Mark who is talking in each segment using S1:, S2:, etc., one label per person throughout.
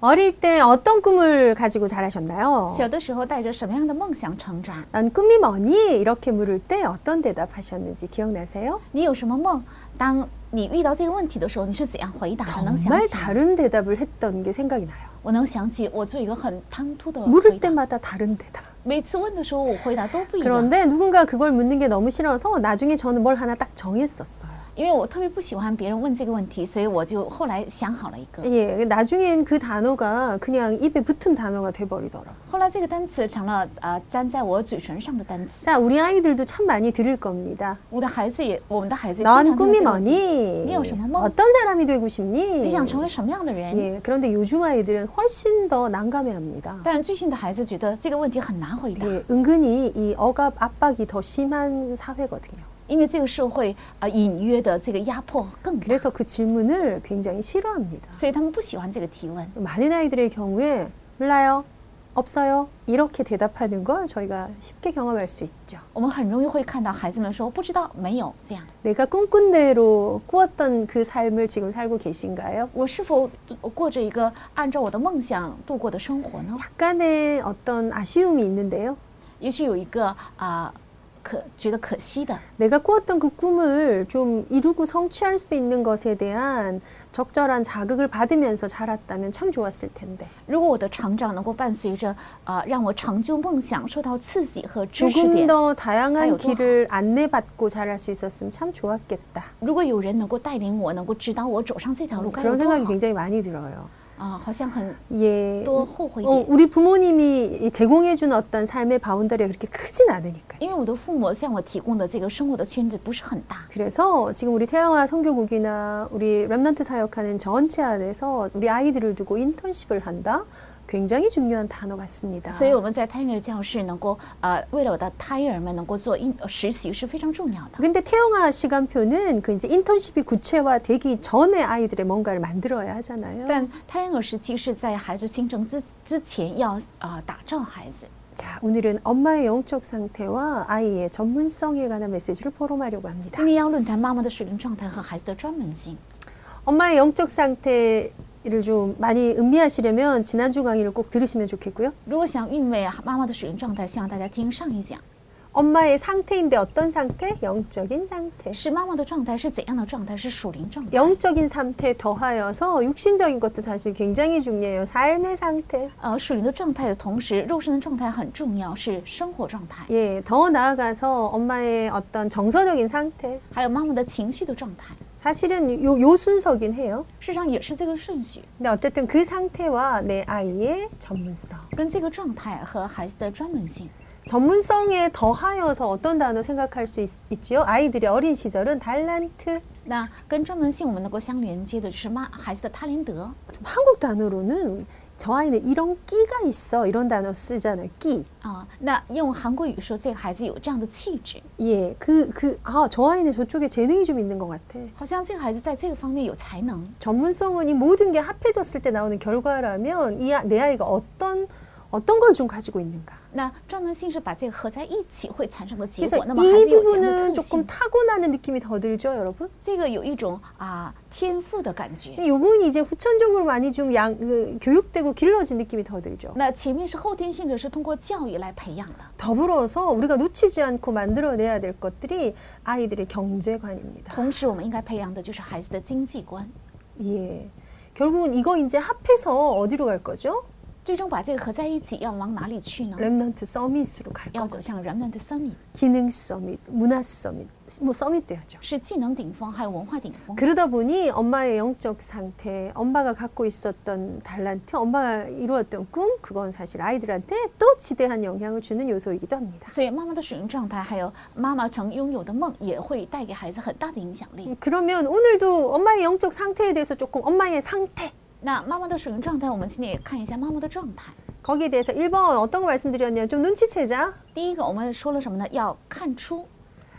S1: 어릴 때 어떤 꿈을 가지고 자라셨나요?
S2: 小的时候带着什么样的梦想成长？
S1: 난 꿈이 뭐니? 이렇게 물을 때 어떤 대답하셨는지 기억나세요?
S2: 你有什么梦？当你遇到这个问题的时候，你是怎样回答的？能想
S1: 정말
S2: 起？
S1: 다른 대답을 했던 게 생각이 나요.
S2: 我能想起，我做一个很唐突的回
S1: 물을
S2: 答。
S1: 어, 때마다 다른 대답.
S2: 每次问的时候，我回答都不一样，
S1: 그런데 누군가 그걸 묻는 게 너무 싫어서 나중에 저는 뭘 하나 딱 정했었어요.
S2: 因为我特别不喜欢别人问这个问题，所以我就后来想好了一个。
S1: 예, 나중엔 그 단어가 그냥 입에 붙은 단어가 돼버리더라고요.
S2: 后来这个单词成了呃粘在我嘴唇上的单词。
S1: 자, 우리 아이들도 참 많이 들을 겁니다.
S2: 我的孩子也，我们的孩子也经常
S1: 넌
S2: 听到
S1: 꿈이
S2: 这个问题
S1: 뭐니?
S2: 네, 무슨 꿈?
S1: 어떤 사람이 되고 싶니?
S2: 你想成为什么样的人？
S1: 예, 그런데 요즘 아이들은 훨씬 더 난감해합니다.
S2: 但最近的孩子觉得这个问题很难回答，
S1: 예, 은근히 이 억압 압박이 더 심한 사회거든요.
S2: 因为这个社会呃隐约的这个压迫更大，
S1: 그래서 그 질문을 굉장히 싫어합니다.
S2: 所以他们不喜欢这个提问。
S1: 많은 아이들의 경우에 몰라요, 없어요 이렇게 대답하는 걸 저희가 쉽게 경험할 수 있죠.
S2: 我们很容易会看到孩子们说不知道、没有这样。
S1: 내가 꿈꾼 대로 꾸었던 그 삶을 지금 살고 계신가요?
S2: 我是否呃过着一个按照我的梦想度过的生活呢？
S1: 嗯 약간의 어떤 아쉬움이 있는데요.
S2: 也许有一个啊、可觉得可惜的，
S1: 내가 꾸었던 그 꿈을 좀 이루고 성취할 수 있는 것에 대한 적절한 자극을 받으면서 자랐다면 참 좋았을 텐데.
S2: 如果我的成长能够伴随着啊、让我成就梦想受到刺激和知识
S1: 조금
S2: 点，
S1: 더
S2: 아유,
S1: 다양한
S2: 또
S1: 길을 안내받고 자랄 수 있었으면 참 좋았겠다. 뭐
S2: 如果有人能够带领我，能够指导我走上这
S1: 아,
S2: 条路，该有
S1: 그런
S2: 多
S1: 생각이
S2: 好
S1: 굉장히 많이 들어요.
S2: 啊、好像很
S1: 예.
S2: 多后悔一
S1: 어,
S2: 点。
S1: 우리 부모님이 이 제공해준 어떤 삶의 바운더리가 그렇게 크진 않으니까요.
S2: 因为我的父母向我提供的这个生活的圈子不是很大，
S1: 그래서 지금 우리 태양화 성교국이나 우리 랩런트 사역하는 전체 안에서 우리 아이들을 두고 인턴십을 한다? 굉장히 중요한 단어 같습니다.
S2: 所以我们在胎儿教室能够呃，为了我的胎儿们能够做应呃实习是非常重要的。
S1: 근데 태영아 시간표는 그 이제 인턴십이 구체화되기 전에 아이들의 뭔가를 만들어야 하잖아요.
S2: 但胎儿时期是在孩子新生之之前要啊、呃打造孩子。
S1: 자, 오늘은 엄마의 영적 상태와 아이의 전문성에 관한 메시지를 포럼하려고 합니다.
S2: 今天要论坛妈妈的水灵状态和孩子的专门性。
S1: 엄마의 영적 상태를 좀 많이 음미하시려면 지난주 강의를 꼭 들으시면 좋겠고요.
S2: 如果想韵味妈妈的水灵状态，希望大家听上一讲，
S1: 엄마의 상태인데 어떤 상태? 영적인 상태.
S2: 是妈妈的状态是怎样的状态？是属灵状态。
S1: 영적인 상태 더하여서 육신적인 것도 사실 굉장히 중요해요. 삶의 상태.
S2: 呃，属灵的状态的同时，肉身的状态很重要，是生活状态，
S1: 예, 더 나아가서 엄마의 어떤 정서적인 상태.
S2: 还有妈妈的情绪的状态，
S1: 사실은 요, 요 순서긴 해요.
S2: 事实上也是这个顺序，
S1: 근데 어쨌든 그 상태와 내 아이의 전문성.
S2: 跟这个状态和孩子的专门性。
S1: 전문성에 더하여서 어떤 단어 생각할 수 있, 있지요? 아이들이 어린 시절은 달란트.
S2: 那跟专门性我们能够相连接的是妈孩子的他林德，
S1: 좀 한국 단어로는 저 아이는 이런 끼가 있어 이런 단어 쓰잖아요. 끼.
S2: 啊、那用韩国语说，这个孩子有这样的气质，
S1: 예, 그 그 아 저 아이는 저쪽에 재능이 좀 있는 것 같아.
S2: 好像这个孩子在这个方面有才能。
S1: 전문성은 이 모든 게 합해졌을 때 나오는 결과라면 이 내 아이가 어떤 어떤 걸 좀 가지고 있는가.
S2: 那专门性是把这个合在一起会产生的结
S1: 그래서
S2: 果。那么孩
S1: 이
S2: 子有这样
S1: 부분은
S2: 的特
S1: 조금
S2: 性，
S1: 타고나는 느낌이 더 들죠, 여러분?
S2: 这个有一种啊天赋的感觉。
S1: 이 부분이 이제 후천적으로 많이 좀 양, 그, 교육되고 길러진 느낌이 더 들죠.
S2: 那前面是后天性质，是通过教育来培养的。
S1: 더불어서 우리가 놓치지 않고 만들어내야 될 것들이 아이들의 경제관입니다.
S2: 同时，我们应该培养的就是孩子的经济观。
S1: 예. 결국은 이거 이제 합해서 어디로 갈 거죠?
S2: 最终把这个合在一起，要往哪里去呢？
S1: 랩넌트 서밋으로 갈
S2: 要
S1: 거죠.
S2: 走向人们的森林，
S1: 기능 서밋, 문화 서밋, 뭐 서밋 돼야죠.
S2: 是技能顶峰，还有文化顶峰。
S1: 그러다 보니 엄마의 영적 상태, 엄마가 갖고 있었던 달란트, 엄마가 이루었던 꿈, 그건 사실 아이들한테 또 지대한 영향을 주는 요소이기도 합니다.
S2: 所以，妈妈的使用状态，还有妈妈曾拥有的梦，也会带给孩子很大的影响
S1: 嗯
S2: 力。
S1: 그러면 오늘도 엄마의 영적 상태에 대해서 조금 엄마의 상태,
S2: 那妈妈的使用状态，我们今天也看一下妈妈的状态。
S1: 거기에 대해서 1번 어떤 거 말씀드렸냐? 좀 눈치채자.
S2: 第一个，我们说了什么呢？要看出，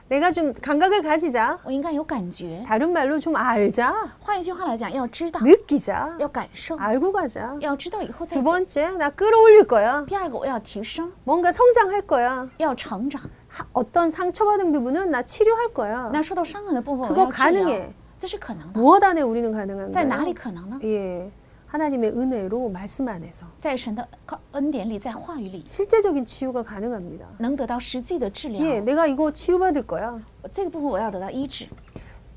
S1: 내가 좀 감각을 가지자.
S2: 我应该有感觉。
S1: 다른 말로 좀 알자.
S2: 换一句话来讲，要知道，
S1: 느끼자.
S2: 要感受，
S1: 알고 가자.
S2: 要知道以后再
S1: 두 。 번째, 나 끌어올릴 거야.
S2: 第二个，我要提升，
S1: 뭔가 성장할 거야.
S2: 要成长。
S1: 하- 어떤 상처받은 부분은 나 치료할 거야.
S2: 那受到伤害的部分，
S1: 그거
S2: 我要治
S1: 가능
S2: 疗
S1: 해 ，
S2: 这是可能的。
S1: 무엇 안에 우리는 가능한가요?
S2: 在哪里可能呢？
S1: 예. 하나님의 은혜로 말씀 안에서
S2: 在神的靠恩典里，在话语里
S1: 실제적인 치유가 가능합니다.
S2: 能得到实际的治疗。
S1: 예, 내가 이거 치유받을 거야.
S2: 这个部分我要得到医治，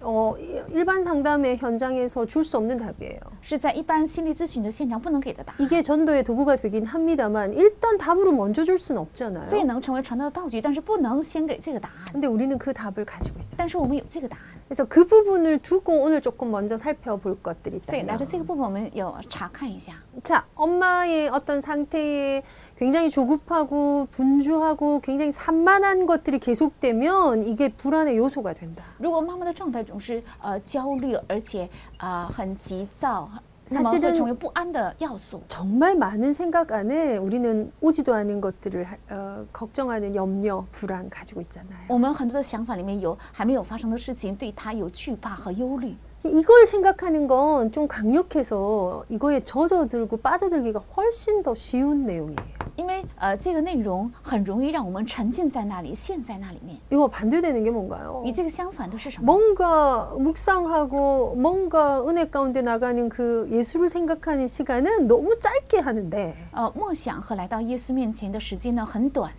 S1: 어, 일반 상담의 현장에서 줄 수 없는 답이에요.
S2: 是在一般心理咨询的现场不能给的答案。
S1: 이게 전도의 도구가 되긴 합니다만 일단 답으로 먼저 줄 수는
S2: 这也
S1: 없잖아요.
S2: 能成为传道的道具，但是不能先给这个答案。
S1: 근데 우리는 그 답을 가지고 있어요.
S2: 但是我们有这个答案，
S1: 그래서 그 부분을 두고 오늘 조금 먼저 살펴볼 것들이
S2: 所以拿
S1: 있다면
S2: 着这个部分，我们有查看一下。
S1: 자, 엄마의 어떤 상태에 굉장히 조급하고 분주하고 굉장히 산만한 것들이 계속되면 이게 불안의 요소가 된다.
S2: 如果妈妈的状态总是呃焦虑，而且啊、呃很急躁，那么
S1: 사실은
S2: 会成为不安的要素。
S1: 정말 많은 생각 안에 우리는 오지도 않은 것들을 하- 어, 걱정하는 염려, 불안 가지고 있잖아요.
S2: 我们很多的想法里面有还没有发生的事情，对它有惧怕和忧虑。
S1: 이걸 생각하는 건 좀 강력해서 이거에 젖어들고 빠져들기가 훨씬 더 쉬운 내용이에요.
S2: 因为呃，这个内容很容易让我们沉浸在那里，陷在那里面。
S1: 이거 반대되는 게 뭔가요?
S2: 与这个相反的是什么？
S1: 뭔가 묵상하고 뭔가 은혜 가운데 나가는 그 예수를 생각하는 시간은 너무 짧게 하는데
S2: 呃，默想和来到耶稣面前的时间呢很短，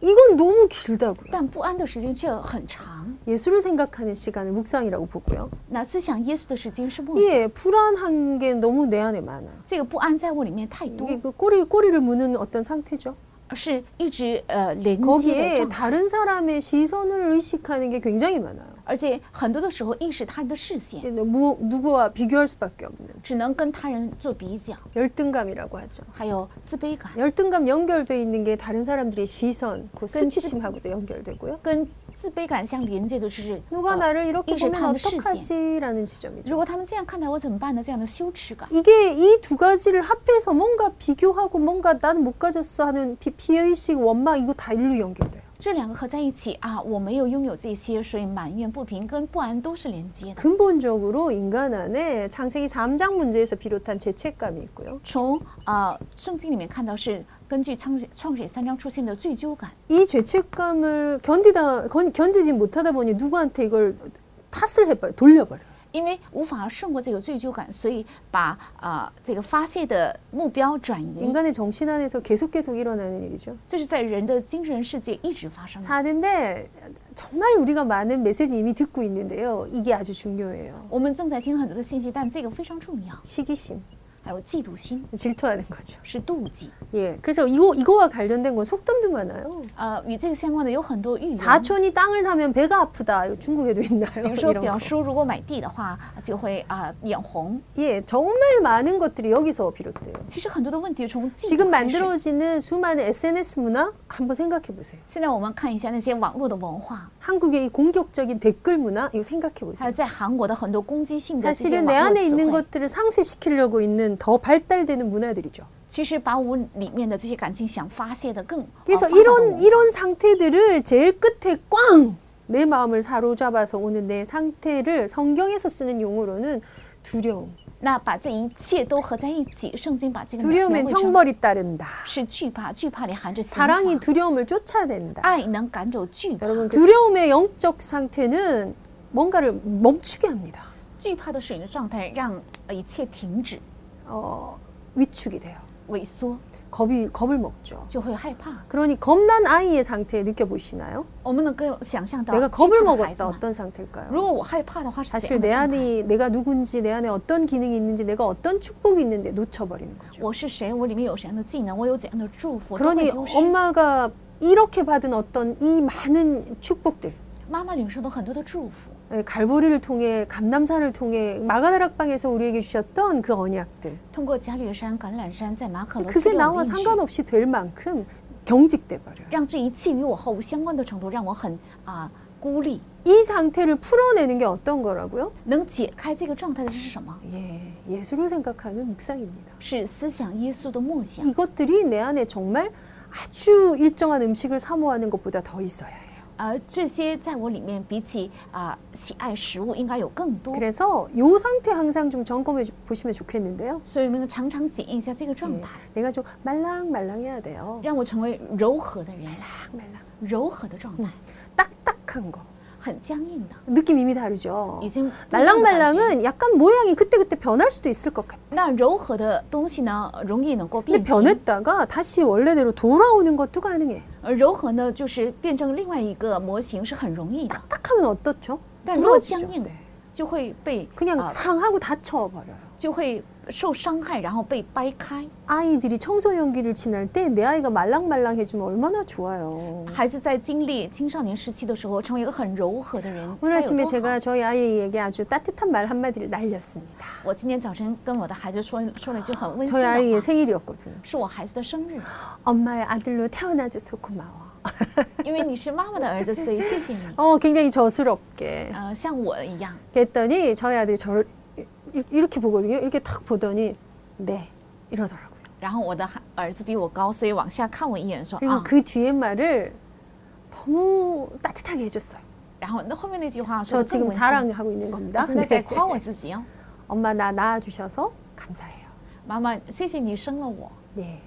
S1: 이건 너무 길다고요.
S2: 但不安的时间却很长。
S1: 예수를 생각하는 시간을 묵상이라고 보고요.
S2: 那思想耶稣的时间是默想，
S1: 예, 불안한 게 너무 내 안에 많아.
S2: 这个不安在我里面太多，
S1: 이게 그 꼬리 꼬리를 무는 어떤 상태죠.
S2: 而是一直呃连接的
S1: 거기에
S2: 状态，
S1: 다른 사람의 시선을 의식하는 게 굉장히 많아요.
S2: 而且很多的时候意识他人的视线，
S1: 예, 무, 누구와 비교할 수밖에 없는
S2: 只能跟他人做比较，
S1: 열등감이라고 하죠.
S2: 还有自卑感，
S1: 열등감 연결돼 있는 게 다른 사람들의 시선, 그
S2: 끈질-
S1: 수치심하고도 연결되고요.
S2: 跟自卑感相连接的就是、
S1: 누가
S2: 呃
S1: 나를 어, 이렇게
S2: 이제
S1: 보면
S2: 다음 시즌.
S1: 어떡하지라는 지점이죠.
S2: 如果他们这样看待我怎么办呢？这样的羞耻感。
S1: 이게 이 두 가지를 합해서 뭔가 비교하고 뭔가 나는 못 가졌어 하는 비, 피의식, 원망 이거 다 일로 연결돼요.
S2: 这两个合在一起啊，我没有拥有这些，所以埋怨、不平跟不安都是连接的。
S1: 근본적으로 인간 안에 창세기 3장 문제에서 비롯한 죄책감이 있고요.
S2: 从啊、呃圣经里面看到是根据创创始三章出现的罪疚感，
S1: 이 죄책감을 견디다 견, 견디지 못하다 보니 누구한테 이걸 탓을 해버려 돌려버려. 요
S2: 因为无法胜过这个罪疚感，所以把啊、这个发泄的目标转移，
S1: 인간의 정신 안에서 계속 계속 일어나는 일이죠.
S2: 这是在人的精神世界一直发生的。
S1: 사는데 정말 우리가 많은 메시지 이미 듣고 있는데요. 이게 아주 중요해요.
S2: 我们正在听很多的信息，但这个非常重要。
S1: 시기심.
S2: 还有嫉妒心
S1: 질투하는 거죠.
S2: 是妒忌，
S1: 예. 그래서 이거 이거와 관련된 건 속담도 많아요.
S2: 呃，与这个相关的有很多寓言。
S1: 사촌이 땅을 사면 배가 아프다. 이거 중국에도 있나요?
S2: 比如说
S1: 이런
S2: 表
S1: 거.
S2: 叔如果买地的话，就会啊、眼红。
S1: 예, 정말 많은 것들이 여기서 비롯돼요.
S2: 其实很多的问题从嫉妒
S1: 지금
S2: 开始
S1: 만들어지는 수많은 SNS 문화 한번 생각해 보세요.
S2: 现在我们看一下那些网络的文化，
S1: 한국의 이 공격적인 댓글 문화 이거 생각해
S2: 还有
S1: 보세요.
S2: 在韩国的很多攻击性的这些
S1: 사실은 내
S2: 网
S1: 안에
S2: 络
S1: 있는
S2: 词汇，
S1: 것들을 상쇄시키려고 있는 더 발달되는 문화들이죠.
S2: 其实把我里面的这些感情想发泄的更。
S1: 그래서
S2: 呃发到
S1: 이런
S2: 我
S1: 이런 상태들을 제일 끝에 꽝 내 마음을 사로잡아서 오는 내 상태를 성경에서 쓰는 용어로는 두려움.
S2: 那把这一切都合在一起，圣经把这
S1: 음,
S2: 个描
S1: 두려움엔
S2: 绘成
S1: 형벌이 따른다.
S2: 是惧怕，惧怕里含着刑罚
S1: 사랑이 두려움을 쫓아낸다.
S2: 爱能赶走惧怕，
S1: 여러분 그 두려움의 영적 상태는 뭔가를 멈추게 합니다.
S2: 惧怕的水的状态让呃一切停止、
S1: 어, 위축이 돼요.
S2: 萎缩，
S1: 겁이 겁을 먹죠.
S2: 就会害怕。
S1: 그러니 겁난 아이의 상태 느껴보시나요?
S2: 我们能够想象到
S1: 내가
S2: 惧
S1: 겁을
S2: 怕的孩子
S1: 먹었다
S2: 们
S1: 어떤 상태일까요?
S2: 如果我害怕的话，是怎
S1: 사실
S2: 样的
S1: 내
S2: 状态
S1: 안에 내가 누군지 내 안에 어떤 기능이 있는지 내가 어떤 축복이 있는데 놓쳐버리는 거죠.
S2: 我是谁？我里面有什么样的技能？我有怎样的祝福？都会
S1: 그러니
S2: 丢失。
S1: 엄마가 이렇게 받은 어떤 이 많은 축복들
S2: 妈妈领受了很多的祝福，
S1: 예, 갈보리를 통해 감남산을 통해 마가다락방에서 우리에게 주셨던 그 언약들
S2: 通过加略山、橄榄山，在马可罗斯
S1: 그게
S2: 给我
S1: 나와
S2: 的应许
S1: 상관없이 될 만큼 경직돼 버려요.
S2: 让这一切与我毫无相关的程度，让我很啊、孤立。
S1: 이 상태를 풀어내는 게 어떤 거라고요?
S2: 能解开这个状态的是什么？
S1: 예, 예수를 생각하는 묵상입니다.
S2: 是思想耶稣的梦
S1: 嗯
S2: 想。
S1: 이것들이 내 안에 정말 아주 일정한 음식을 사모하는 것보다 더 있어야 해요.
S2: 而这些在我里面，比起啊、喜爱食物，应该有更多。
S1: 그래서 이 상태 항상 좀 점검해 주- 보시면 좋겠는데요.
S2: 所以我们常常检验一下这个状
S1: 예,
S2: 态，
S1: 내가 좀 말랑말랑해야 돼요.
S2: 让我成为柔和的人，
S1: 말랑. 嗯
S2: 柔和的状态，
S1: 딱딱한 거.
S2: 很僵硬的，
S1: 느낌 이미 다르죠.
S2: 已经慢慢地感觉
S1: 말랑말랑은 약간 모양이 그때그때 변할 수도 있을 것 같아.
S2: 那柔和的东西呢，容易能够
S1: 근데
S2: 变形。
S1: 변했다가 다시 원래대로 돌아오는 것도 가능해.
S2: 而柔和呢，就是变成另外一个模型是很容易的，
S1: 딱하면 어떻죠?
S2: 네, 너무
S1: 부러지죠.
S2: 짱이에요.
S1: 네.
S2: 就会被
S1: 그냥
S2: 啊
S1: 상하고 다쳐버려요.
S2: 就会受伤害，然后被掰开。
S1: 아이들이 청소년기를 지날 때 내 아이가 말랑말랑해지면 얼마나 좋아요.
S2: 孩子在经历青少年时期的时候，成为一个很柔和的人，
S1: 오늘
S2: 该有
S1: 아침에
S2: 多好
S1: 제가 저희 아이에게 아주 따뜻한 말 한마디를 날렸습니다.
S2: 我今天早晨跟我的孩子说说了一句很温馨
S1: 저희
S2: 的
S1: 아이의
S2: 话，
S1: 생일이었거든요.
S2: 是我孩子的生日，
S1: 엄마의 아들로 태어나줘서 고마워.
S2: 因为你是妈妈的儿子，所以谢谢你。
S1: 어, 굉장히 저스럽게.
S2: 呃，像我一样，
S1: 그랬더니 저희 아들이 저를 이- 이- 이렇게 보거든요. 이렇게 탁 보더니 네 이러더라고요.
S2: 然后我的孩儿子比我高，所以往下看我一眼说
S1: 그리고
S2: 啊，
S1: 그 뒤에 말을 너무 따뜻하게 해줬어요.
S2: 然后那后面那句话说
S1: 저
S2: 得更
S1: 지금
S2: 温馨。
S1: 자랑하고 있는
S2: 我
S1: 겁니다.
S2: 现在在
S1: 네.
S2: 夸我自己哦，
S1: 엄마 나 낳아주셔서 감사해요.
S2: 妈妈，谢谢你生了我，
S1: 네,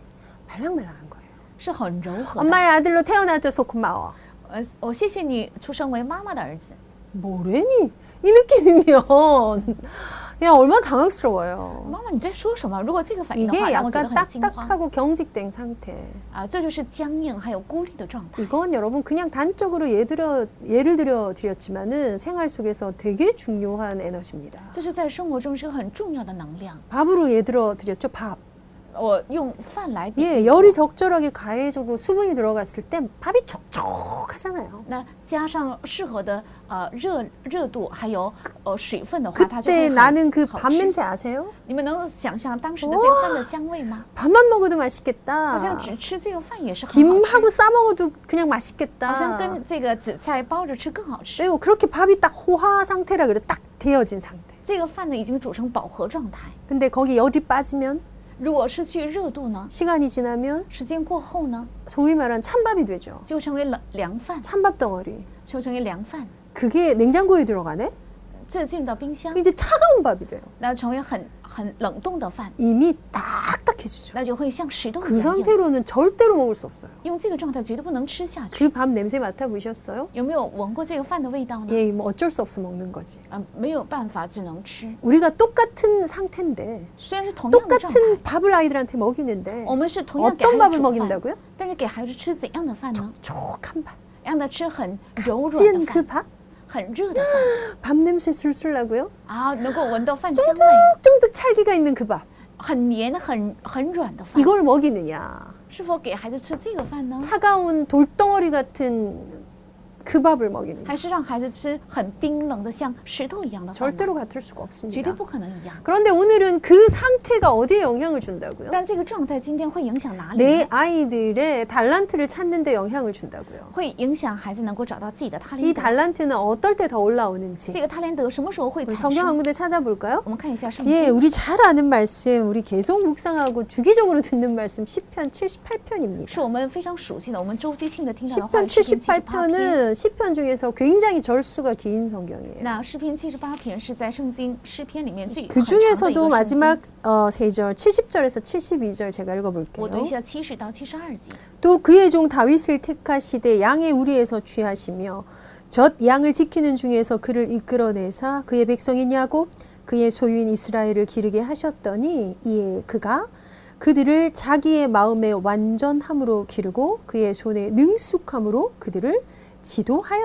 S1: 말랑말랑한 거예요.
S2: 是很柔和的。
S1: 엄마의 아들로 태어나줘서 고마워.
S2: 呃，我谢谢你出生为妈妈的儿子。
S1: 뭐래니? 이 느낌이면 야 얼마나 당황스러워요.
S2: 妈妈，你在说什么？如果这个反应的
S1: 아, 이게
S2: 话，让我觉
S1: 약간
S2: 得很惊慌
S1: 딱딱하고 경직된 상태.
S2: 啊！这就是僵硬还有孤立的状态。
S1: 이건 여러분 그냥 단적으로 예들 예를 들어 드렸지만은 생활 속에서 되게 중요한 에너지입니다.
S2: 这是在生活中是个很重要的能量。
S1: 밥으로 예를 들어 드렸죠 밥.
S2: 我用饭来比喻
S1: 예, 열이 적절하게 가해지고 수분이 들어갔을 땐 밥이 촉촉하잖아요.
S2: 那加上适合的呃热热度，还有呃水分的话，它就
S1: 그때
S2: 会
S1: 나는
S2: 很
S1: 그
S2: 好
S1: 밥
S2: 吃。
S1: 냄새 아세요?
S2: 你们能想象当时的这个饭的香味吗？
S1: 밥만 먹어도
S2: 好像
S1: 맛있겠다.
S2: 只吃这个饭也是很好吃，
S1: 김하고 싸 먹어도 그냥
S2: 好像
S1: 맛있겠다.
S2: 跟这个紫菜包着吃更好吃。
S1: 네, 뭐 그렇게 밥이 딱 호화 상태라 그래 딱 데어진 상태.
S2: 这个饭呢已经煮成饱和状态。
S1: 근데 거기 열이 빠지면
S2: 如果失去热度呢，
S1: 시간이 지나면
S2: 时间过后呢，
S1: 소위 말한 찬밥이 되죠.
S2: 就成为冷凉饭，
S1: 찬밥 덩어리.
S2: 就成为凉饭，
S1: 그게 냉장고에 들어가네?
S2: 这进入到冰箱，
S1: 이제 차가운 밥이 돼요.
S2: 那成为很很冷冻的饭，
S1: 이미 딱딱해지죠.
S2: 那就会像石头
S1: 그
S2: 一样硬。
S1: 상태로는 절대로 먹을 수 없어요.
S2: 用这个状态绝对不能吃下去。
S1: 그 밥 냄새 맡아보셨어요?
S2: 有没有闻过这个饭的味道呢？
S1: 예, 뭐 어쩔 수 없어 먹는 거지.
S2: 啊、没有办法，只能吃。
S1: 우리가 똑같은 상태인데
S2: 虽然是同样的状态，
S1: 똑같은 밥을 아이들한테 먹이는데
S2: 我们是同样给
S1: 어떤
S2: 孩
S1: 밥을
S2: 子煮哦饭，
S1: 먹인다고요?
S2: 但是给孩子吃怎样的饭呢？
S1: 촉한 밥.
S2: 让他吃很柔软
S1: 찐
S2: 的
S1: 그
S2: 饭，
S1: 밥?
S2: 很热的饭
S1: 밥 냄새 술술 나고요.
S2: 啊，能够闻到饭香味，
S1: 쫀득쫀득 찰기가 있는 그 밥.
S2: 很黏、很很软的饭。
S1: 이걸 먹이느냐.
S2: 是否给孩子吃这个饭呢？
S1: 차가운 돌덩어리 같은 그 밥을 먹이느냐.
S2: 还是让孩子吃很冰冷的像石头一样的饭呢？
S1: 절대로 같을 수가
S2: 绝对
S1: 없습니다.
S2: 不可能一样。
S1: 그런데 오늘은 그 상태가 어디에 영향을 준다고요?
S2: 但这个状态今天会影响哪里呢？
S1: 내 아이들의 달란트를 찾는 데 영향을 준다고요.
S2: 会影响孩子能够找到自己的他
S1: 이
S2: 连德。
S1: 달란트는 어떨 때 더
S2: 这
S1: 올라오는지
S2: 个他连德什么时候会
S1: 우리
S2: 产
S1: 성경 한
S2: 生？
S1: 군데 찾아볼까요?
S2: 我们看一下圣
S1: 예,
S2: 经
S1: 우리 잘 아는 말씀, 우리 계속 묵상하고 주기적으로 듣는 말씀 10편 78편입니다.
S2: 是我们非常熟悉的，我们周期性的听到的话
S1: 10편
S2: 诗篇七十八
S1: 78편은
S2: 篇。
S1: 10편 중에서 굉장히 절수가 긴 성경이에요.
S2: 那诗篇七十八篇是在圣经诗篇里面最
S1: 그
S2: 很长的一个
S1: 중에서도
S2: 圣经
S1: 마지막 어, 3절 70절에서 72절 제가
S2: 我读
S1: 읽어볼게요.
S2: 一下七十到七十二节。
S1: 또 그의 종 다윗을 택하시되 양의 우리에서 취하시며 젖 양을 지키는 중에서 그를 이끌어내사 그의 백성인 야곱 그의 소유인 이스라엘을 기르게 하셨더니 이에 그가 그들을 자기의 마음의 완전함으로 기르고 그의 손의 능숙함으로 그들을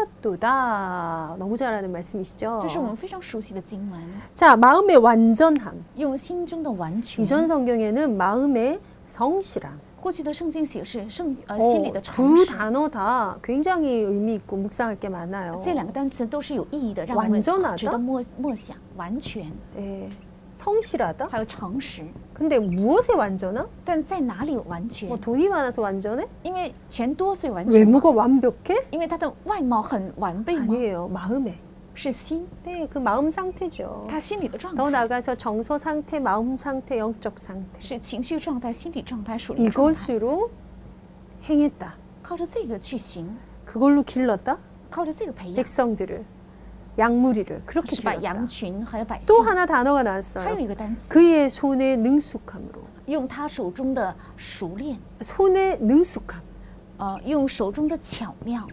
S1: 지도하였도다. 너무 잘하는 말씀이시죠?
S2: 这是我们非常熟悉的经文，
S1: 자, 마음의 완전함.
S2: 用心中的完全。
S1: 이전 성경에는 마음의 성실함.
S2: 过去的圣经写是圣呃
S1: 어,
S2: 心里的诚
S1: 두
S2: 实，
S1: 단어 다 굉장히 의미 있고 묵상할 게 많아요.
S2: 这两个单词都是有意义的，让我们
S1: 완전하다
S2: 值得默默想。完全
S1: 예, 성실하다.
S2: 还有诚实，
S1: 근데 무엇에 완전함?
S2: 但在哪里有完全
S1: 뭐 ？ 돈이 많아서 완전해?
S2: 因为钱多所以完全吗，
S1: 외모가 완벽해?
S2: 因为他的外貌很完备吗？
S1: 아니에요. 마음에.
S2: 是心，
S1: 네, 그 마음 상태죠.
S2: 他哦心理的状态
S1: 더 나아가서 정서 상태, 마음 상태, 영적 상태.
S2: 是情绪状态、心理状态、
S1: 아,
S2: 属灵状态，
S1: 이것으로 행했다.
S2: 靠着这个去行，
S1: 그걸로 길렀다.
S2: 靠着这个培养，
S1: 백성들을 양무리를 그렇게
S2: 是把羊
S1: 길렀다.
S2: 群还有百姓
S1: 또 。 하나 단어가
S2: 还
S1: 나왔어요.
S2: 有一个单词，
S1: 그의 손의 능숙함으로
S2: 用他手中的熟练，
S1: 손의 능숙함
S2: 呃，用手中的巧妙。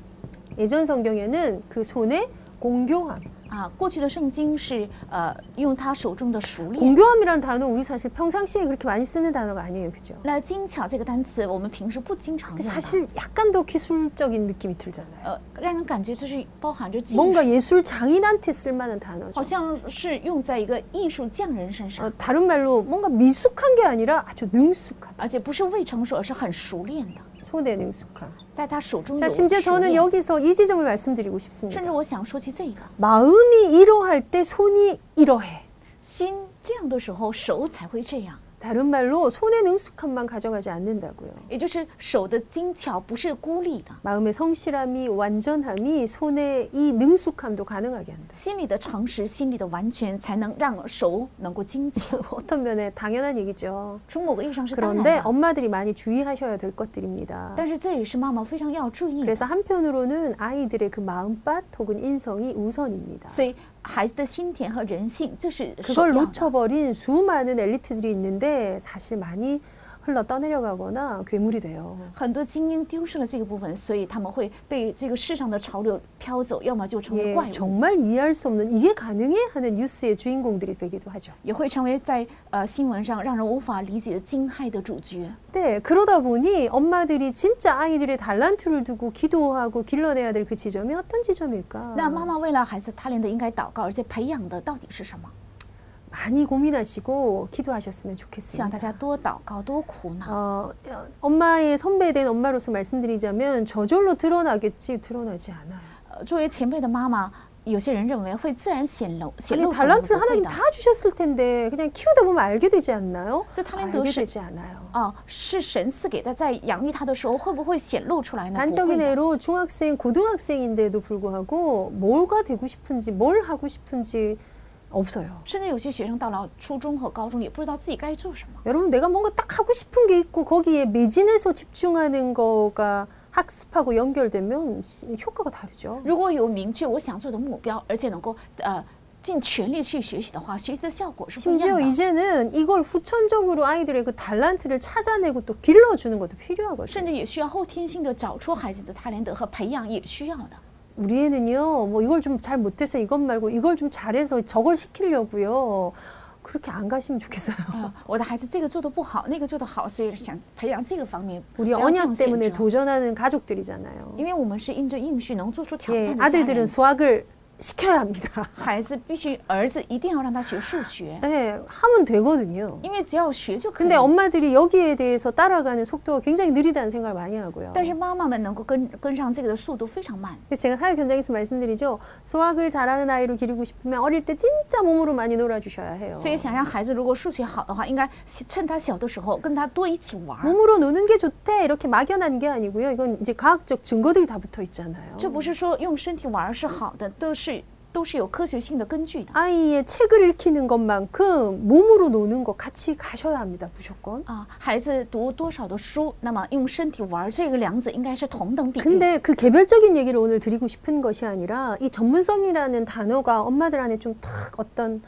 S1: 예전 성경에는 그 손의 공교함.
S2: 啊，过去的圣经是呃用他手中的熟练。
S1: 공교함이란 단어 우리 사실 평상시에 그렇게 많이 쓰는 단어가 아니에요, 그죠?
S2: 那精巧这个单词，我们平时不经常
S1: 근데
S2: 用吧
S1: 사실 약간 더 기술적인 느낌이 들잖아요.
S2: 呃，让人感觉就是包含着技
S1: 뭔가
S2: 术，
S1: 예술 장인한테 쓸만한 단어죠.
S2: 好像是用在一个艺术匠人身上，
S1: 어, 다른 말로 뭔가 미숙한 게 아니라 아주 능숙한
S2: 而且不是未成熟，而是很熟练的，
S1: 손에 능숙한.
S2: 在他手中
S1: 자
S2: 有
S1: 심지어
S2: 熟
S1: 저는
S2: 练。
S1: 여기서 이 지점을 말씀드리고
S2: 甚
S1: 싶습니다.
S2: 至我想说起这个
S1: 마음이 이러할 때 손이 이러해.
S2: 心这样的时候，手才会这样，
S1: 다른 말로 손의 능숙함만 가져가지 않는다고요.
S2: 也就是手的精巧不是孤立的，
S1: 마음의 성실함이 완전함이 손의 이 능숙함도 가능하게 한다.
S2: 心里的诚实，心里的完全，才能让手能够精巧。
S1: 어떤 면에 당연한 얘기죠.
S2: 从某个意义上是当
S1: 그런데
S2: 然的，
S1: 엄마들이 많이 주의하셔야 될 것들입니다.
S2: 但是这也是妈妈非常要注意的。
S1: 그래서 한편으로는 아이들의 그 마음밭 혹은 인성이 우선입니다.
S2: 所以孩子的心田和人性，这是首
S1: 그걸
S2: 要的。
S1: 놓쳐버린 수많은 엘리트들이 있는데 사실 많이 흘러 떠내려가거나 괴물이 돼요.
S2: 很多精英丢失了这个部分，所以他们会被这个世上的潮流飘走，要么就成为
S1: 예,
S2: 怪物，
S1: 정말 이해할 수 없는 이게 가능해 하는 뉴스의 주인공들이 되기도 하죠.
S2: 也会成为在呃新闻上让人无法理解的惊骇的主角。
S1: 네, 그러다 보니 엄마들이 진짜 아이들의 달란트를 두고 기도하고 길러내야 될 그 지점이 어떤 지점일까?
S2: 那妈妈为了孩子的 talent 应该祷告，而且培养的到底是什么？
S1: 많이 고민하시고 기도하셨으면
S2: 希望
S1: 좋겠습니다.
S2: 大家多祷告，多苦恼。
S1: 어, 어, 엄마의 선배에 대한 엄마로서 말씀드리자면 저절로 드러나겠지 드러나지 않아요.
S2: 呃作为前辈的妈妈，有些人认为会自然显露显
S1: 아니
S2: 露出来，
S1: 달란트를
S2: 不会
S1: 하나님
S2: 的。
S1: 다 주셨을 텐데 그냥 키우다 보면 알게 되지 않나요?
S2: 저 talent
S1: 알게
S2: 역시-
S1: 되지 않아요.
S2: 哦，是神赐给他，在养育他的时候会不会显露出来呢？不
S1: 단적인
S2: 会的
S1: 애로 중학생, 고등학생인데도 불구하고 뭘가 되고 싶은지 뭘 하고 싶은지 없어요.
S2: 甚至有些学生到了初中和高中，也不知道自己该做什么。
S1: 여러분 내가 뭔가 딱 하고 싶은 게 있고 거기에 매진해서 집중하는 거가 학습하고 연결되면 시- 효과가 다르죠.
S2: 如果有明确我想做的目标，而且能够呃尽全力去学习的话，学习的效果是不一
S1: 심지어
S2: 样的。
S1: 이제는 이걸 후천적으로 아이들의 그 달란트를 찾아내고 또 길러주는 것도 필요하거든요.
S2: 甚至也需要后天性的找出孩子的泰 talent 和培养，也需要的。
S1: 우리 애는요, 뭐 이걸 좀 잘 못해서 이것 말고 이걸 좀 잘해서 저걸 시키려고요. 그렇게 안 가시면 좋겠어요.
S2: 啊，我的孩子这个做的不好，那个做的好，所以想培养这个方面。
S1: 우리
S2: 不要这
S1: 언약
S2: 样选
S1: 때문에
S2: 择
S1: 도전하는 가족들이잖아요.
S2: 因为我们是因着应许能做出挑
S1: 예,
S2: 战的家
S1: 아들들은
S2: 人。
S1: 수학을 시켜야 합니다.
S2: 孩子必须，儿子一定要让他学数学，
S1: 예, 하면 되거든요.
S2: 因为只要学就可以
S1: 근데
S2: 了。
S1: 엄마들이 여기에 대해서 따라가는 속도가 굉장히 느리다는 생각을 많이 하고요.
S2: 但是妈妈们能够跟跟上这个的速度非常慢。
S1: 근데 제가 사회 현장에서 말씀드리죠. 수학을 잘하는 아이로 기르고 싶으면 어릴 때 진짜 몸으로 많이 놀아주셔야 해요.
S2: 所以想让孩子如果数学好的话，应该趁他小的时候跟他多一起玩儿。
S1: 몸으로 노는 게 좋대 이렇게 막연한 게 아니고요. 이건 이제 과학적 증거들이 다 붙어 있잖아요.
S2: 这不是说用身体玩儿是好的，都是都是有科学性的根据的
S1: 아이의 책을 읽히는 것만큼 몸으로 노는 거 같이 가셔야 합니다. 무조건.
S2: 啊。孩子读多少的书，那么用身体玩儿这个两者应该是同等比例。
S1: 근데 그 개별적인 얘기를 오늘 드리고 싶은 것이 아니라 이 전문성이라는 단어가 엄마들 안에 좀 탁 어떤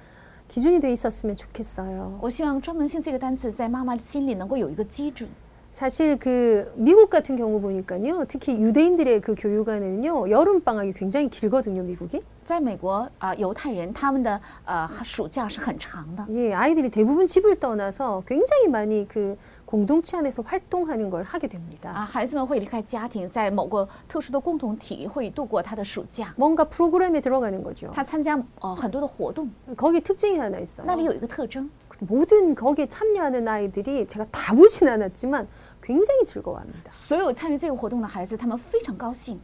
S1: 기준이 돼 있었으면 좋겠어요.
S2: 我希望专门性这个单词在妈妈的心里能够有一个基准。
S1: 사실 그 미국 같은 경우 보니까요. 특히 유대인들의 그 교육안에는요. 여름 방학이 굉장히 길거든요, 미국이.
S2: 在美国啊、犹太人他们的呃暑假是很长的，
S1: 예, 아이들이 대부분 집을 떠나서 굉장히 많이 그 공동체 안에서 활동하는 걸 하게 됩니다.
S2: 啊，孩子们会离开家庭，在某个特殊的共同体会度过他的暑假。
S1: 뭔가 프로그램에 들어가는 거죠.
S2: 他参加呃很多的活动，
S1: 거기 특징이 하나 있어요.
S2: 那里有一个特征，
S1: 모든 거기에 참여하는 아이들이 제가 다 보진 않았지만 굉장히 즐거워합니다.
S2: 所有参与这个活动的孩子，他们非常高兴，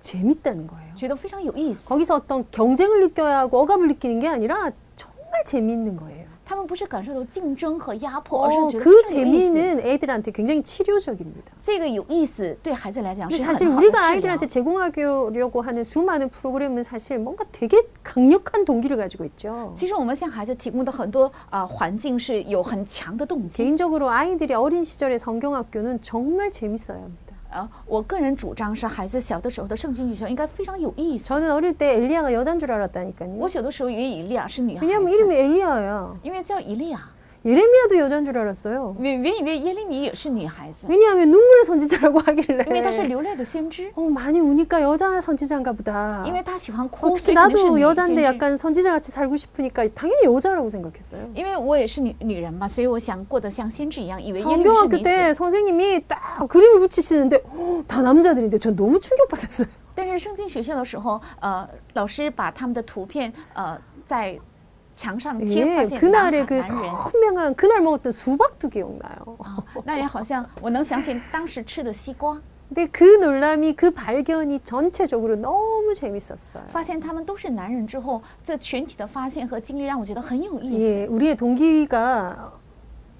S1: 재밌다는 거예요.
S2: 觉得非常有意思。
S1: 거기서 어떤 경쟁을 느껴야 하고 억압을 느끼는 게 아니라 정말 재밌는 거예요.
S2: 他们不是感受到竞争和压迫，而
S1: 어,
S2: 是觉得非
S1: 그
S2: 常有意思。
S1: 재미는 애들한테 굉장히 치료적입니다.
S2: 这个有意思对孩子来讲
S1: 근데
S2: 是
S1: 사실
S2: 很好的
S1: 우리가
S2: 治疗
S1: 아이들한테 。 제공하려고 하는 수많은 프로그램은 사실 뭔가 되게 강력한 동기를 가지고 있죠.
S2: 其实我们向孩子提供的很多啊、环境是有很强的动机。
S1: 개인적으로 아이들이 어린 시절의 성경학교는 정말 재밌어야 합니다.
S2: 呃，我个人主张是孩子小的时候的圣经女校应该非常有意思。
S1: 저는 어릴 때 엘리야가 여잔 줄 알았다니까요. 哎
S2: 我小的时候以为以利亚是女孩
S1: 왜냐하면
S2: 子，
S1: 이름이 엘리야야.
S2: 因为叫以利亚，
S1: 예레미야도 여자인 줄 알았어요.
S2: 原原以为耶利米也是女孩子，
S1: 왜냐하면 눈물의 선지자라고 하길래.
S2: 因为她是流泪的先知，
S1: 어, 많이 우니까 여자 선지자인가 보다.
S2: 因为她喜欢哭，所
S1: 어떻게
S2: 以可能是
S1: 나도
S2: 女
S1: 여잔데
S2: 先知。
S1: 약간 선지자 같이 살고 싶으니까 당연히 여자라고 생각했어요.
S2: 因为我也是女女人嘛，所以我想过得像先知一样，以
S1: 예,
S2: 为耶利米是
S1: 성경학교
S2: 女子。
S1: 때 선생님이 딱 그림을 붙이시는데 어, 다 남자들인데 전 너무 충격받았어요.
S2: 但是圣经学校的时候，呃，老师把他们的图片呃在墙上贴，
S1: 예,
S2: 发现男孩
S1: 그날의
S2: 男
S1: 그
S2: 人。
S1: 선명한 그날 먹었던 수박도 기억나요.
S2: 啊，那也好像我能想起当时吃的西瓜，
S1: 근데 그 놀람이 그 발견이 전체적으로 너무 재밌었어요.
S2: 发现他们都是男人之后，这群体的发现和经历让我觉得很有意思。
S1: 예, 우리의 동기가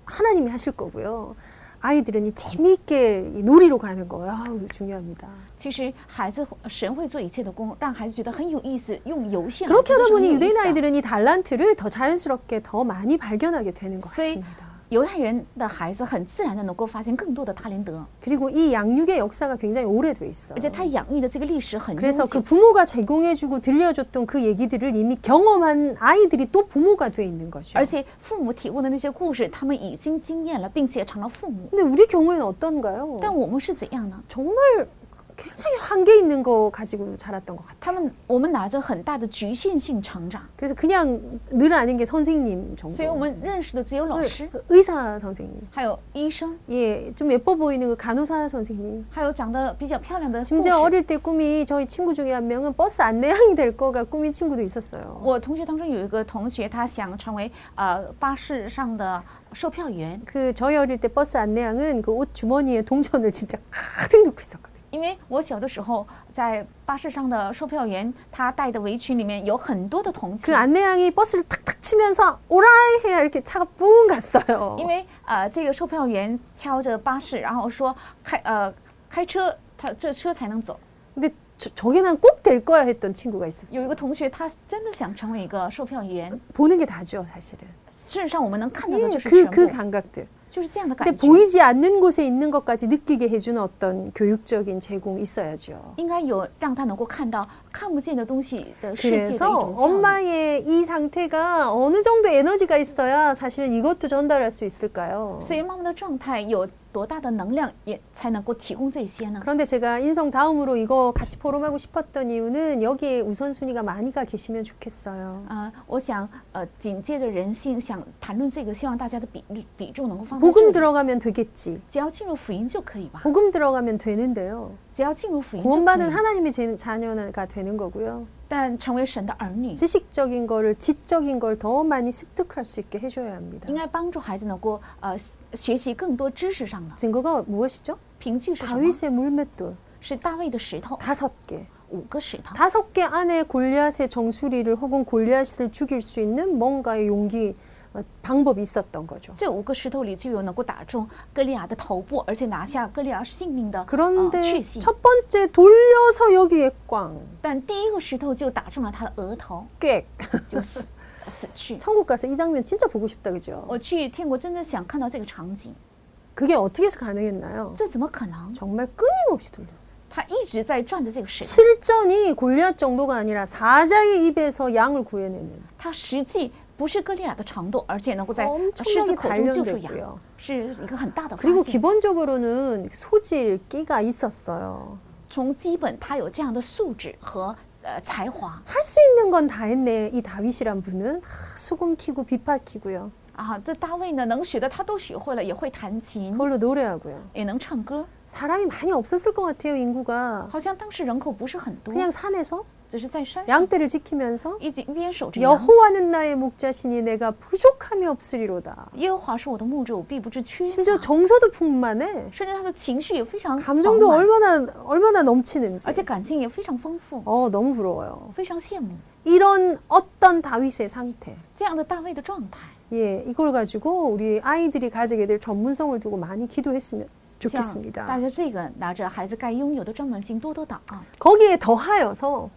S1: 하나님이 하실 거고요. 아이들은 이 재미있게 이 놀이로 가는 거예요. 아우, 중요합니다.
S2: 其实孩子神会做一切的工，让孩子觉得很有意思，用游戏来
S1: 그렇게
S2: 做
S1: 하다
S2: 是很
S1: 보니
S2: 有意
S1: 유대인
S2: 思啊的。
S1: 아이들은 이 달란트를 더 자연스럽게 더 많이 발견하게 되는 것
S2: 쇠-
S1: 같습니다.
S2: 犹太人的孩子很自然的能够发现更多的他连德，
S1: 그리고 이 양육의 역사가 굉장히 오래돼 있어요.
S2: 而且他养育的这个历史很悠
S1: 그래서 그
S2: 久。
S1: 부모가 제공해주고 들려줬던 그 얘기들을 이미 경험한 아이들이 또 부모가 돼 있는 거죠.
S2: 而且父母提供的那些故事，他们已经经验了，并且成了父母。
S1: 근데 우리 경우에는 어떤가요?
S2: 但我们是怎样呢？
S1: 정말 굉장히 한계 있는 거 가지고 자랐던 것 같아요.
S2: 他们我们拿着很大的局限性成长，
S1: 그래서 그냥 늘 아는 게 선생님
S2: 所以
S1: 정도.
S2: 我
S1: 어,
S2: 们认识的只有老师，
S1: 의사 선생님.
S2: 还有医生，
S1: 예, 좀 예뻐 보이는 그 간호사 선생님.
S2: 还有长得比较漂亮的护士
S1: 심지어 。 어릴 때 꿈이 저희 친구 중에 한 명은 버스 안내양이 될 거가 꿈인 친구도 있었어요.
S2: 我同学当中有一个同学，他想成为呃巴士上的售票员，
S1: 그 저희 어릴 때 버스 안내양은 그 옷 주머니에 동전을 진짜 가득 넣고 있었거든요.
S2: 因为我小的时候在巴士上的售票员，他戴的围裙里面有很多的铜器
S1: 그 ， 안내양이 버스를 탁탁 치면서 오라이 해야 이렇게 차가 뿡 갔어요.
S2: 因为呃这个售票员敲着巴士，然后说开呃开车，他这车才能走。
S1: 근데 저, 저게 난 꼭 될 거야 했던 친구가 있었어요.
S2: 有一个同学，他真的想成为一个售票员。
S1: 보는 게 다죠, 사실은.
S2: 事实上，我们能看到
S1: 예,
S2: 的就是
S1: 그
S2: 全
S1: 그
S2: 部，
S1: 감각들.
S2: 就是这样的感
S1: 근데
S2: 觉。
S1: 보이지 않는 곳에 있는 것까지 느끼게 해주는 어떤 교육적인 제공이 있어야죠.
S2: 应该有让他能够看到看不见的东西的世界的一
S1: 그래서
S2: 种教育
S1: 엄마의 이 상태가 어느 정도 에너지가 있어야 사실은 이것도 전달할 수 있을까요?
S2: 所以妈妈的状态有多大的能量，也才能够提供这些呢？
S1: 그런데 제가 인성 다음으로 이거 같이 포럼하고 싶었던 이유는 여기에 우선순위가 많이가 계시면 좋겠어요.
S2: 啊、我想呃，紧接着人性，想谈论这个，希望大家的比率比重能够放在
S1: 복음
S2: 这里
S1: 들어가면 되겠지.
S2: 只要进入福音就可以吧，
S1: 복음 들어가면 되는데요.
S2: 只要进入
S1: 네,
S2: 福音就可以
S1: 구원받은 。 하나님의 제- 자녀가 되는 거고요.
S2: 但成为神的儿女，
S1: 지식적인 거를 지적인 걸 더 많이 습득할 수 있게 해줘야 합니다.
S2: 应该帮助孩子能够呃学习更多知识上的
S1: 증거가 무엇이죠?
S2: 凭据是什么？
S1: 다윗의 물맷돌
S2: 是大卫的石头，
S1: 다섯 개.
S2: 五个石头。
S1: 다섯 개 안에 골리앗의 정수리를 혹은 골리앗을 죽일 수 있는 뭔가의 용기 어, 방법이 있었던 거죠.
S2: 这五个石头里就有能够打中哥利亚的头部，而且拿下哥利亚性命的呃、
S1: 그런데
S2: 确信。
S1: 첫 번째 돌려서 여기에 꽝,
S2: 但第一个石头就打中了他的额 头，
S1: 꽥.
S2: 就死死去。
S1: 천국 가서 이 장면 진짜 보고 싶다 그죠?
S2: 我去天国真的想看到这个场景，
S1: 그게 어떻게 해서 가능했나요?
S2: 这怎么可能？
S1: 정말 끊임없이 돌렸어요.
S2: 他一直在转着这个石头，
S1: 실전이 골리앗 정도가 아니라 사자의 입에서 양을 구해내는
S2: 他实际不是哥利亚的长度，而且能够在呃
S1: 엄청나게
S2: 狮子口中救出
S1: 단련됐고요
S2: 羊，是一个很大的发
S1: 그리고
S2: 现。
S1: 기본적으로는 소질 끼가 있었어요.
S2: 从基本他有这样的素质和呃才华
S1: 할 수 있는 건 다 했네. 이 다윗이란 분은 하, 수금 키고 비파 키고요.
S2: 啊，这大卫呢能学的他都学会了，也会弹琴，
S1: 그걸로 노래하고요.
S2: 也能唱歌。
S1: 사람이 많이 없었을 것 같아요. 인구가
S2: 好像当时人口不是很多，
S1: 그냥 산에서
S2: 只是在山上
S1: 양떼를 지키면서
S2: 一直一边守着羊。
S1: 여호와는 나의 목자시니 내가 부족함이 없으리로다.
S2: 耶和华是我的牧者，我必不至缺乏。
S1: 심지어 정서도 풍만해.
S2: 甚至他的情绪也非常饱
S1: 감정도
S2: 满
S1: 얼마나 얼마나
S2: 而
S1: 넘치는지.
S2: 且感情也非常丰富，
S1: 어 너무 부러워요.
S2: 非常羡慕
S1: 이런 어떤 다윗의 상태.
S2: 这样的大卫的状态。
S1: 예, 이걸 가지고 우리 아이들이 가지게 될 전문성을 두고 많이 기도했으면
S2: 这样
S1: 좋겠습니다.
S2: 大家这个拿着孩子该拥有的专门性多多祷告，
S1: 거기에 더하여서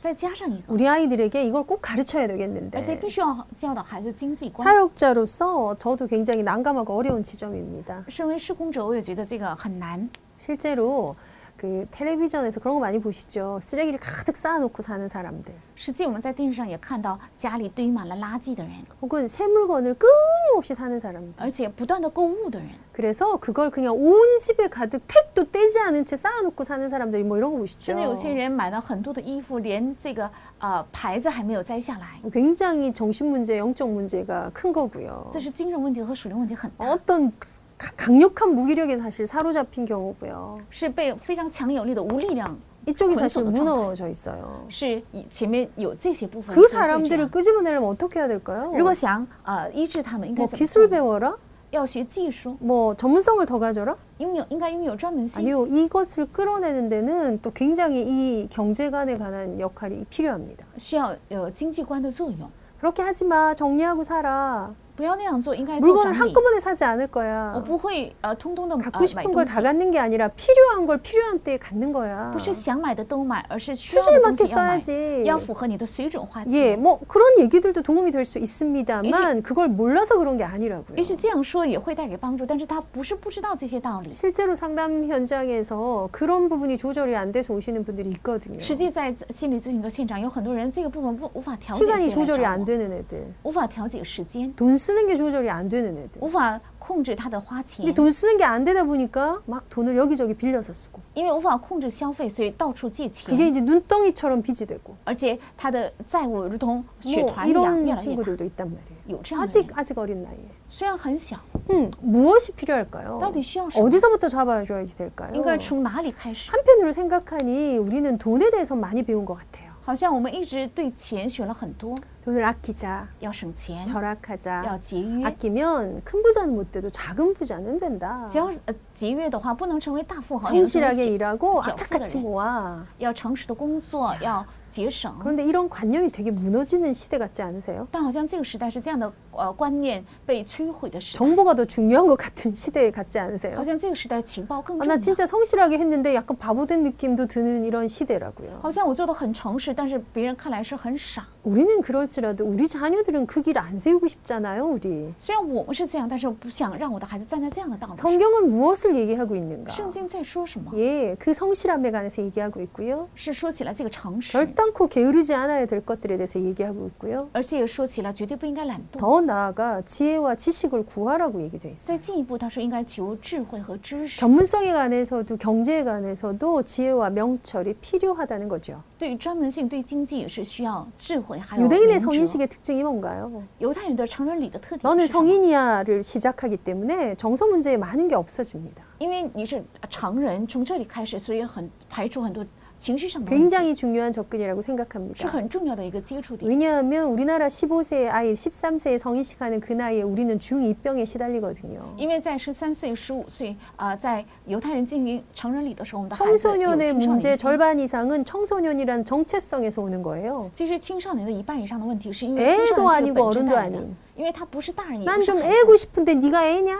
S2: 再加上一个，
S1: 우리 아이들에게 이걸 꼭 가르쳐야
S2: 而且
S1: 되겠는데
S2: 必须要教导孩子经济观。
S1: 사역자로서 저도 굉장히 난감하고 어려운 지점입니다.
S2: 身为施工者，我也觉得这个很难。
S1: 실제로 그 텔레비전에서 그런 거 많이 보시죠. 쓰레기를 가득 쌓아놓고 사는 사람들.
S2: 实际我们在电视上也看到家里堆满了垃圾的人，
S1: 혹은 새 물건을 끊임없이 사는 사람들.
S2: 而且不断的购物的人，
S1: 그래서 그걸 그냥 온 집에 가득 택도 떼지 않은 채 쌓아놓고 사는 사람들 뭐 이런 거 보시죠.
S2: 甚至有些人买了很多的衣服，连这个呃牌子还没有摘下来，
S1: 굉장히 정신 문제, 영적 문제가 큰 거고요.
S2: 这是精神问题和属灵问题很大，
S1: 어떤 가- 강력한 무기력에 사실 사로잡힌 경우고요.
S2: 是被非常强有力的无力量，
S1: 이쪽이 사실
S2: 권속을
S1: 무너져 있어요.
S2: 是以前面有这些部分。
S1: 그
S2: 所以会这样
S1: 사람들을 끄집어내려면 어떻게 해야 될까요?
S2: 如果想呃医治他们，应该
S1: 뭐
S2: 怎么
S1: 기술
S2: 做？
S1: 배워라?
S2: 要学技术，
S1: 뭐 전문성을 더 가져라?
S2: 拥有应该拥有专门性。
S1: 아니요, 이것을 끌어내는 데는 또 굉장히 이 경제관에 관한 역할이 필요합니다.
S2: 需要有经济观的作用，
S1: 그렇게 하지 마, 정리하고 살아.
S2: 不要那样做，应该做
S1: 물건을
S2: 整理。
S1: 한꺼번에 사지 않을
S2: 我
S1: 거야.
S2: 不会呃，通通的、呃、
S1: 갖고
S2: 买
S1: 싶은 걸
S2: 东
S1: 다
S2: 西，
S1: 갖는 게 아니라 필요한 걸 필요한 때에 갖는 거야.
S2: 不是想买的都买，而嗯是需要
S1: 수준에
S2: 的
S1: 맞게
S2: 东西要买，
S1: 써야지.
S2: 要符合你的水准花
S1: 예,
S2: 钱。
S1: 뭐 그런 얘기들도 도움이 될 수 있습니다만 그걸 몰라서 그런 게 아니라고요.
S2: 也许这样说也会带给帮助，但是他不是不知道这些道理。
S1: 실제로 상담 현장에서 그런 부분이 조절이 안 돼서 오시는 분들이 있거든요.
S2: 实际在心理咨询的现场，有很多人这个部分不无法调节
S1: 시간이
S2: 所以来
S1: 조절이
S2: 找
S1: 안
S2: 我
S1: 되는 애들,
S2: 无法调节时间，
S1: 돈 쓰는 게 조절이 안 되는 애들.
S2: 无法控制他的花钱
S1: 근데 ，돈 쓰는 게 안 되다 보니까 막 돈을 여기저기 빌려서 쓰고
S2: 因为无法控制消费，所以到处借
S1: 그게
S2: 钱，
S1: 이제 눈덩이처럼 빚이 되고
S2: 而且他的债务如同
S1: 뭐
S2: 雪团一样越
S1: 이런 음.
S2: 来越大。
S1: 친구들도 있단 말이에요.
S2: 有这哦样的人，
S1: 아직 아직 어린 나이에.
S2: 虽然很小，
S1: 음, 무엇이 필요할까요?
S2: 나도 시험 시험.
S1: 어디서부터 잡아줘야지 될까요?
S2: 应该从哪里开始？
S1: 한편으로 생각하니 우리는 돈에 대해서 많이 배운 것 같아요.
S2: 好像我们一直对钱学了很多，
S1: 돈을 아끼자,
S2: 要省钱，
S1: 절약하자.
S2: 要节约。
S1: 아끼면 큰 부자는 못 돼도 작은 부자는 된다.
S2: 只要是呃节约的话，不能成为大富豪，要有这种
S1: 성실하게 어.
S2: 喜
S1: 일하고
S2: 시-
S1: 악착같이
S2: 시험
S1: 모아.
S2: 要诚实的工作，要节省。
S1: 그런데 이런 관념이 되게 무너지는 시대 같지 않으세요?
S2: 但好像这个时代是这样的，呃，观念被摧毁的时代，
S1: 정보가 더 중요한 것 같은 시대 같지 않으세요?
S2: 好像这个时代情报更
S1: 아,
S2: 重
S1: 나
S2: 要。
S1: 진짜 성실하게 했는데 약간 바보된 느낌도 드는 이런 시대라고요.
S2: 好像我做的很诚实，但是别人看来是很傻。
S1: 우리는 그럴지라도 우리 자녀들은 그 길 안 세우고 싶잖아요, 우리.
S2: 虽然我们是这样，但是我不想让我的孩子站在这样的道路上。
S1: 성경은 무엇을 얘기하고 있는가?
S2: 圣经在说什么？
S1: 예, 그 성실함에 관해서 얘기하고 있고요.
S2: 是说起了这个诚实，
S1: 결단코 게으르지 않아야 될 것들에 대해서 얘기하고 있고요.
S2: 而且也说起了绝对不应该懒惰。
S1: 더 나아가 지혜와 지식을 구하라고 얘기돼 있어요.
S2: 再进一步，他说应该求智慧和知识。
S1: 전문성에 관해서도 경제에 관해서도 지혜와 명철이 필요하다는 거죠.
S2: 对于专门性对经济也是需要智慧，还有
S1: 유대인의
S2: 明哲
S1: 성인식의 특징이 뭔가요?
S2: 犹太人的成人礼的特点
S1: 너는
S2: 是什么？
S1: 성인이야를 시작하기 때문에 정서 문제에 많은 게 없어집니다.
S2: 因为你是呃成人，从这里开始，所以很排除很多情绪上的问题，
S1: 굉장히 중요한 접근이라고
S2: 是
S1: 생각합니다.
S2: 很重要的一个接触点。
S1: 왜냐하면 우리나라 15세 아이, 13세에 성인식하는 그 나이에 우리는 중2병에 시달리거든요.
S2: 因为在十三岁、十五岁啊、呃在犹太人进行成人礼的时候，我们的孩子有
S1: 청소년의 문제
S2: 青少年期。
S1: 절반 이상은 청소년이란 정체성에서 오는 거예요.
S2: 其实青少年的一半以上的问题是因为
S1: 애도
S2: 青少年
S1: 아니고
S2: 是本质
S1: 어른도
S2: 带来的
S1: 아닌 ，
S2: 因为他不是大人，也
S1: 난
S2: 不是
S1: 좀
S2: 孩
S1: 애고 싶은데 네가 애냐?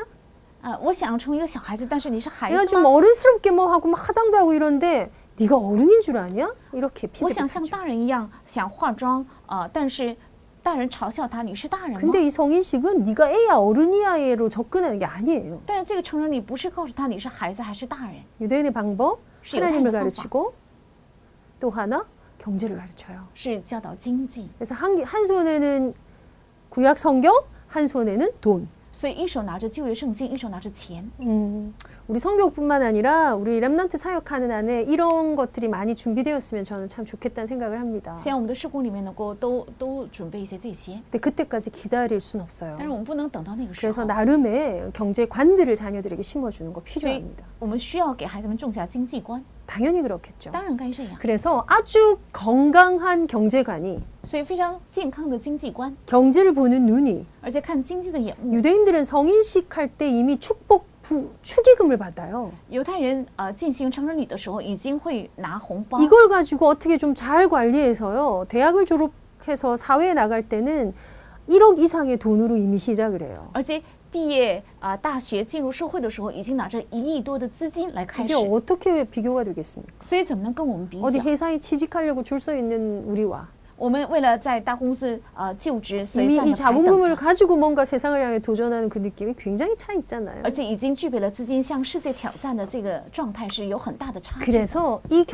S2: 啊、我想成为一个小孩子，但是你是孩
S1: 내가
S2: 子
S1: 좀
S2: 吗？
S1: 어른스럽게 뭐 하고 막 화장도 하고 이런데 네가 어른인 줄 아냐? 이렇게
S2: 我想像
S1: 피드백하죠.
S2: 大人一样想化妆啊、呃但是大人嘲笑他，你是大人吗？
S1: 근데 이 성인식은 네가 애야 어른이야 애로 접근하는 게 아니에요.
S2: 但是这个成人礼不是告诉他你是孩子还是大人，
S1: 유대인의 방법,
S2: 시험
S1: 하나님을
S2: 방법.
S1: 가르치고 또 하나 경제를 가르쳐요.
S2: 是教导经济。
S1: 그래서 한, 개- 한 손에는 구약 성경, 한 손에는 돈.
S2: 所以一手拿着旧约圣经，一手拿着钱。
S1: 음, 우리 성교뿐만 아니라 우리 랩런트 사역하는 안에 이런 것들이 많이 준비되었으면 저는 참 좋겠다는 생각을 합니다.
S2: 希望我们的施工里面能够都都准备一些这些，
S1: 근데 그때까지 기다릴 순
S2: 但是
S1: 없어요.
S2: 我们不能等到那个时
S1: 그래서
S2: 候。
S1: 나름의 경제관들을 자녀들에게 심어주는 거
S2: 所以
S1: 필요합니다.
S2: 我们需要给孩子们种下经济观，
S1: 당연히 그렇겠죠.
S2: 当然该这样。
S1: 그래서 아주 건강한 경제관이
S2: 所以非常健康的经济观，
S1: 경제를 보는 눈이
S2: 而且看经济的眼目。
S1: 유대인들은 성인식 할 때 이미 축복 부, 축의금을 받아요.
S2: 犹太人呃进行成人礼的时候，已经会拿红包，
S1: 이걸 가지고 어떻게 좀 잘 관리해서요. 대학을 졸업해서 사회에 나갈 때는 1억 이상의 돈으로 이미 시작을 해요.
S2: 而且毕业啊、呃大学进入社会的时候，已经拿着一亿多的资金来开
S1: 이게
S2: 始。
S1: 어떻게 비교가 되겠습니까?
S2: 所以怎么能跟我们比
S1: 어디
S2: 较？
S1: 회사에 취직하려고 줄 서 있는 우리와
S2: 我们为了在大公司呃就职，所以
S1: 이미 이
S2: 赚得排等
S1: 자본금을 가지고 뭔가 세상을 향해 도전하는 그 느낌이 굉장히 차 있잖아요.
S2: 而且已经具备了资金向世界挑战的这个状态是有很大的差距。
S1: 그래서 이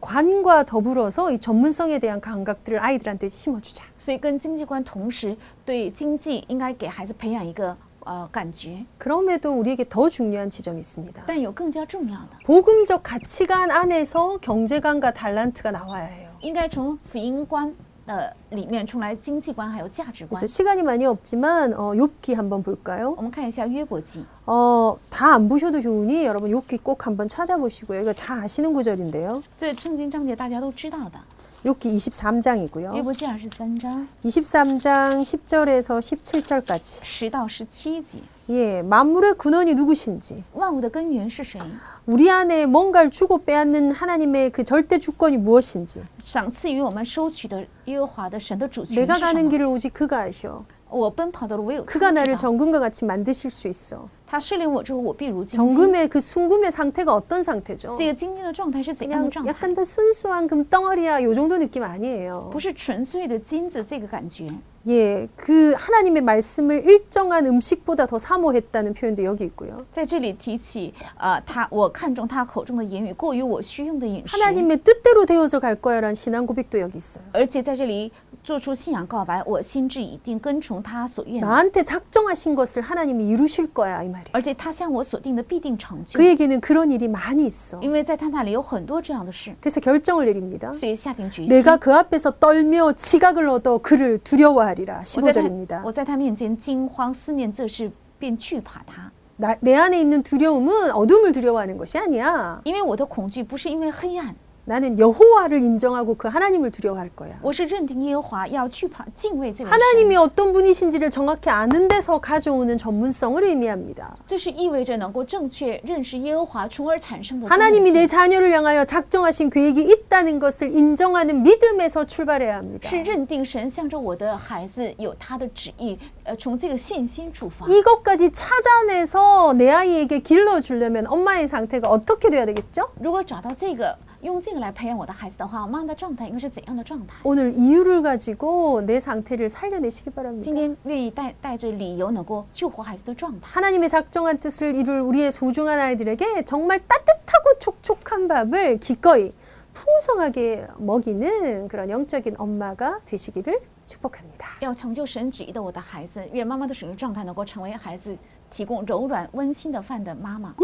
S1: 경제관과 더불어서 이 전문성에 대한 감각들을 아이들한테 심어주자.
S2: 所以跟经济观同时对经济应该给孩子培养一个呃感觉，
S1: 그럼에도 우리에게 더 중요한 지점이 있습니다.
S2: 但有更加重要的，
S1: 복음적 가치관 안에서 경제관과 달란트가 나와야 해요.
S2: 应该从福音观的里面出来经济观还有价值观
S1: 그래서 。 시간이 많이 없지만 어, 욥기 한번 볼까요?
S2: 我们看一下约伯记，
S1: 어, 다 안 보셔도 좋으니 여러분 욥기 꼭 한번 찾아보시고요. 이거 다 아시는 구절인데요.
S2: 这圣经章节大家都知道的，
S1: 욥기
S2: 约
S1: 23장이고요.
S2: 伯记二十三章
S1: 23장 10절에서 17절까지.
S2: 十到十七节，
S1: 예, 만물의 근원이 누구신지,
S2: 万物的根源是谁？
S1: 우리 안에 뭔가를 주고 빼앗는 하나님의 그 절대 주권이 무엇인지,
S2: 赏赐予我们收取的耶和华的神的主权
S1: 내가
S2: 是什
S1: 가는
S2: 么？
S1: 길을 오직 그가 아셔.
S2: 我奔跑的路唯有
S1: 그가
S2: 他
S1: 나를
S2: 知道。
S1: 정금과 같이 만드실 수 있어.
S2: 他率领我之后，我必如金金。
S1: 정금의 그 순금의 상태가 어떤 상태죠?
S2: 这个金金的状态是怎样的
S1: 그냥
S2: 状态
S1: 약간？더 순수한 금덩어리야 요 정도 느낌 아니에요.
S2: 不是纯粹的金子这个感觉。
S1: 예, 그 하나님의 말씀을 일정한 음식보다 더 사모했다는 표현도 여기 있고요.
S2: 在这里提起，呃，他我看中他口中的言语，过于我需用的饮食。
S1: 하나님의 뜻대로 되어져 갈 거야라는 신앙 고백도 여기 있어요.
S2: 而且在这里做出信仰告白，我心智已定，跟从他所
S1: 예.
S2: 愿的。
S1: 나한테 작정하신 것을 하나님이 이루실 거야 이 말이에요.
S2: 而且他向我所定的必定成就，
S1: 그에게는 그런 일이 많이 있어.
S2: 因为在他那里有很多这样的事，
S1: 음. 그래서 결정을 내립니다.
S2: 所以下定决心。
S1: 내가 그 앞에서 떨며 지각을 얻어 그를 두려워하리라
S2: 我在他
S1: 15절입니다.
S2: 我在他面前惊慌思念这事，便惧怕他，
S1: 어. 내 안에 있는 두려움은 어둠을 두려워하는 것이 아니야.
S2: 因为我的恐惧不是因为黑暗，
S1: 나는 여호와를 인정하고 그 하나님을 두려워할 거야.
S2: 我是认定耶和华要惧怕敬畏这个神。
S1: 그렇죠. 하나님이 어떤 분이신지를 정확히 아는 데서 가져오는 전문성을 의미합니다.
S2: 这是意味着能够正确认识耶和华，从而产生的公义
S1: 하나님이 내 자녀를 향하여 작정하신 계획이 있다는 것을 인정하는 믿음에서 출발해야 합니다.
S2: 是认定神向着我的孩子有他的旨意，呃，从这个信心出发。
S1: 이것까지 찾아내서 내 아이에게 길러주려면 엄마의 상태가 어떻게 돼야 되겠죠?
S2: 如果找到这个，用这个来培养我的孩子的话，我妈的状态应该是怎样的状态？
S1: 오늘 이유를 가지고 내 상태를 살려내시기
S2: 今
S1: 바랍니다.
S2: 天愿意带带着理由能够救活孩子的状态，
S1: 하나님의 작정한 뜻을 이룰 우리의 소중한 아이들에게 정말 따뜻하고 촉촉한 밥을 기꺼이 풍성하게 먹이는 그런 영적인 엄마가 되시기를 축복합니다.
S2: 要成就神旨意的我的孩子，愿妈妈的使用状态能够成为孩子提供柔软温馨的饭的妈妈。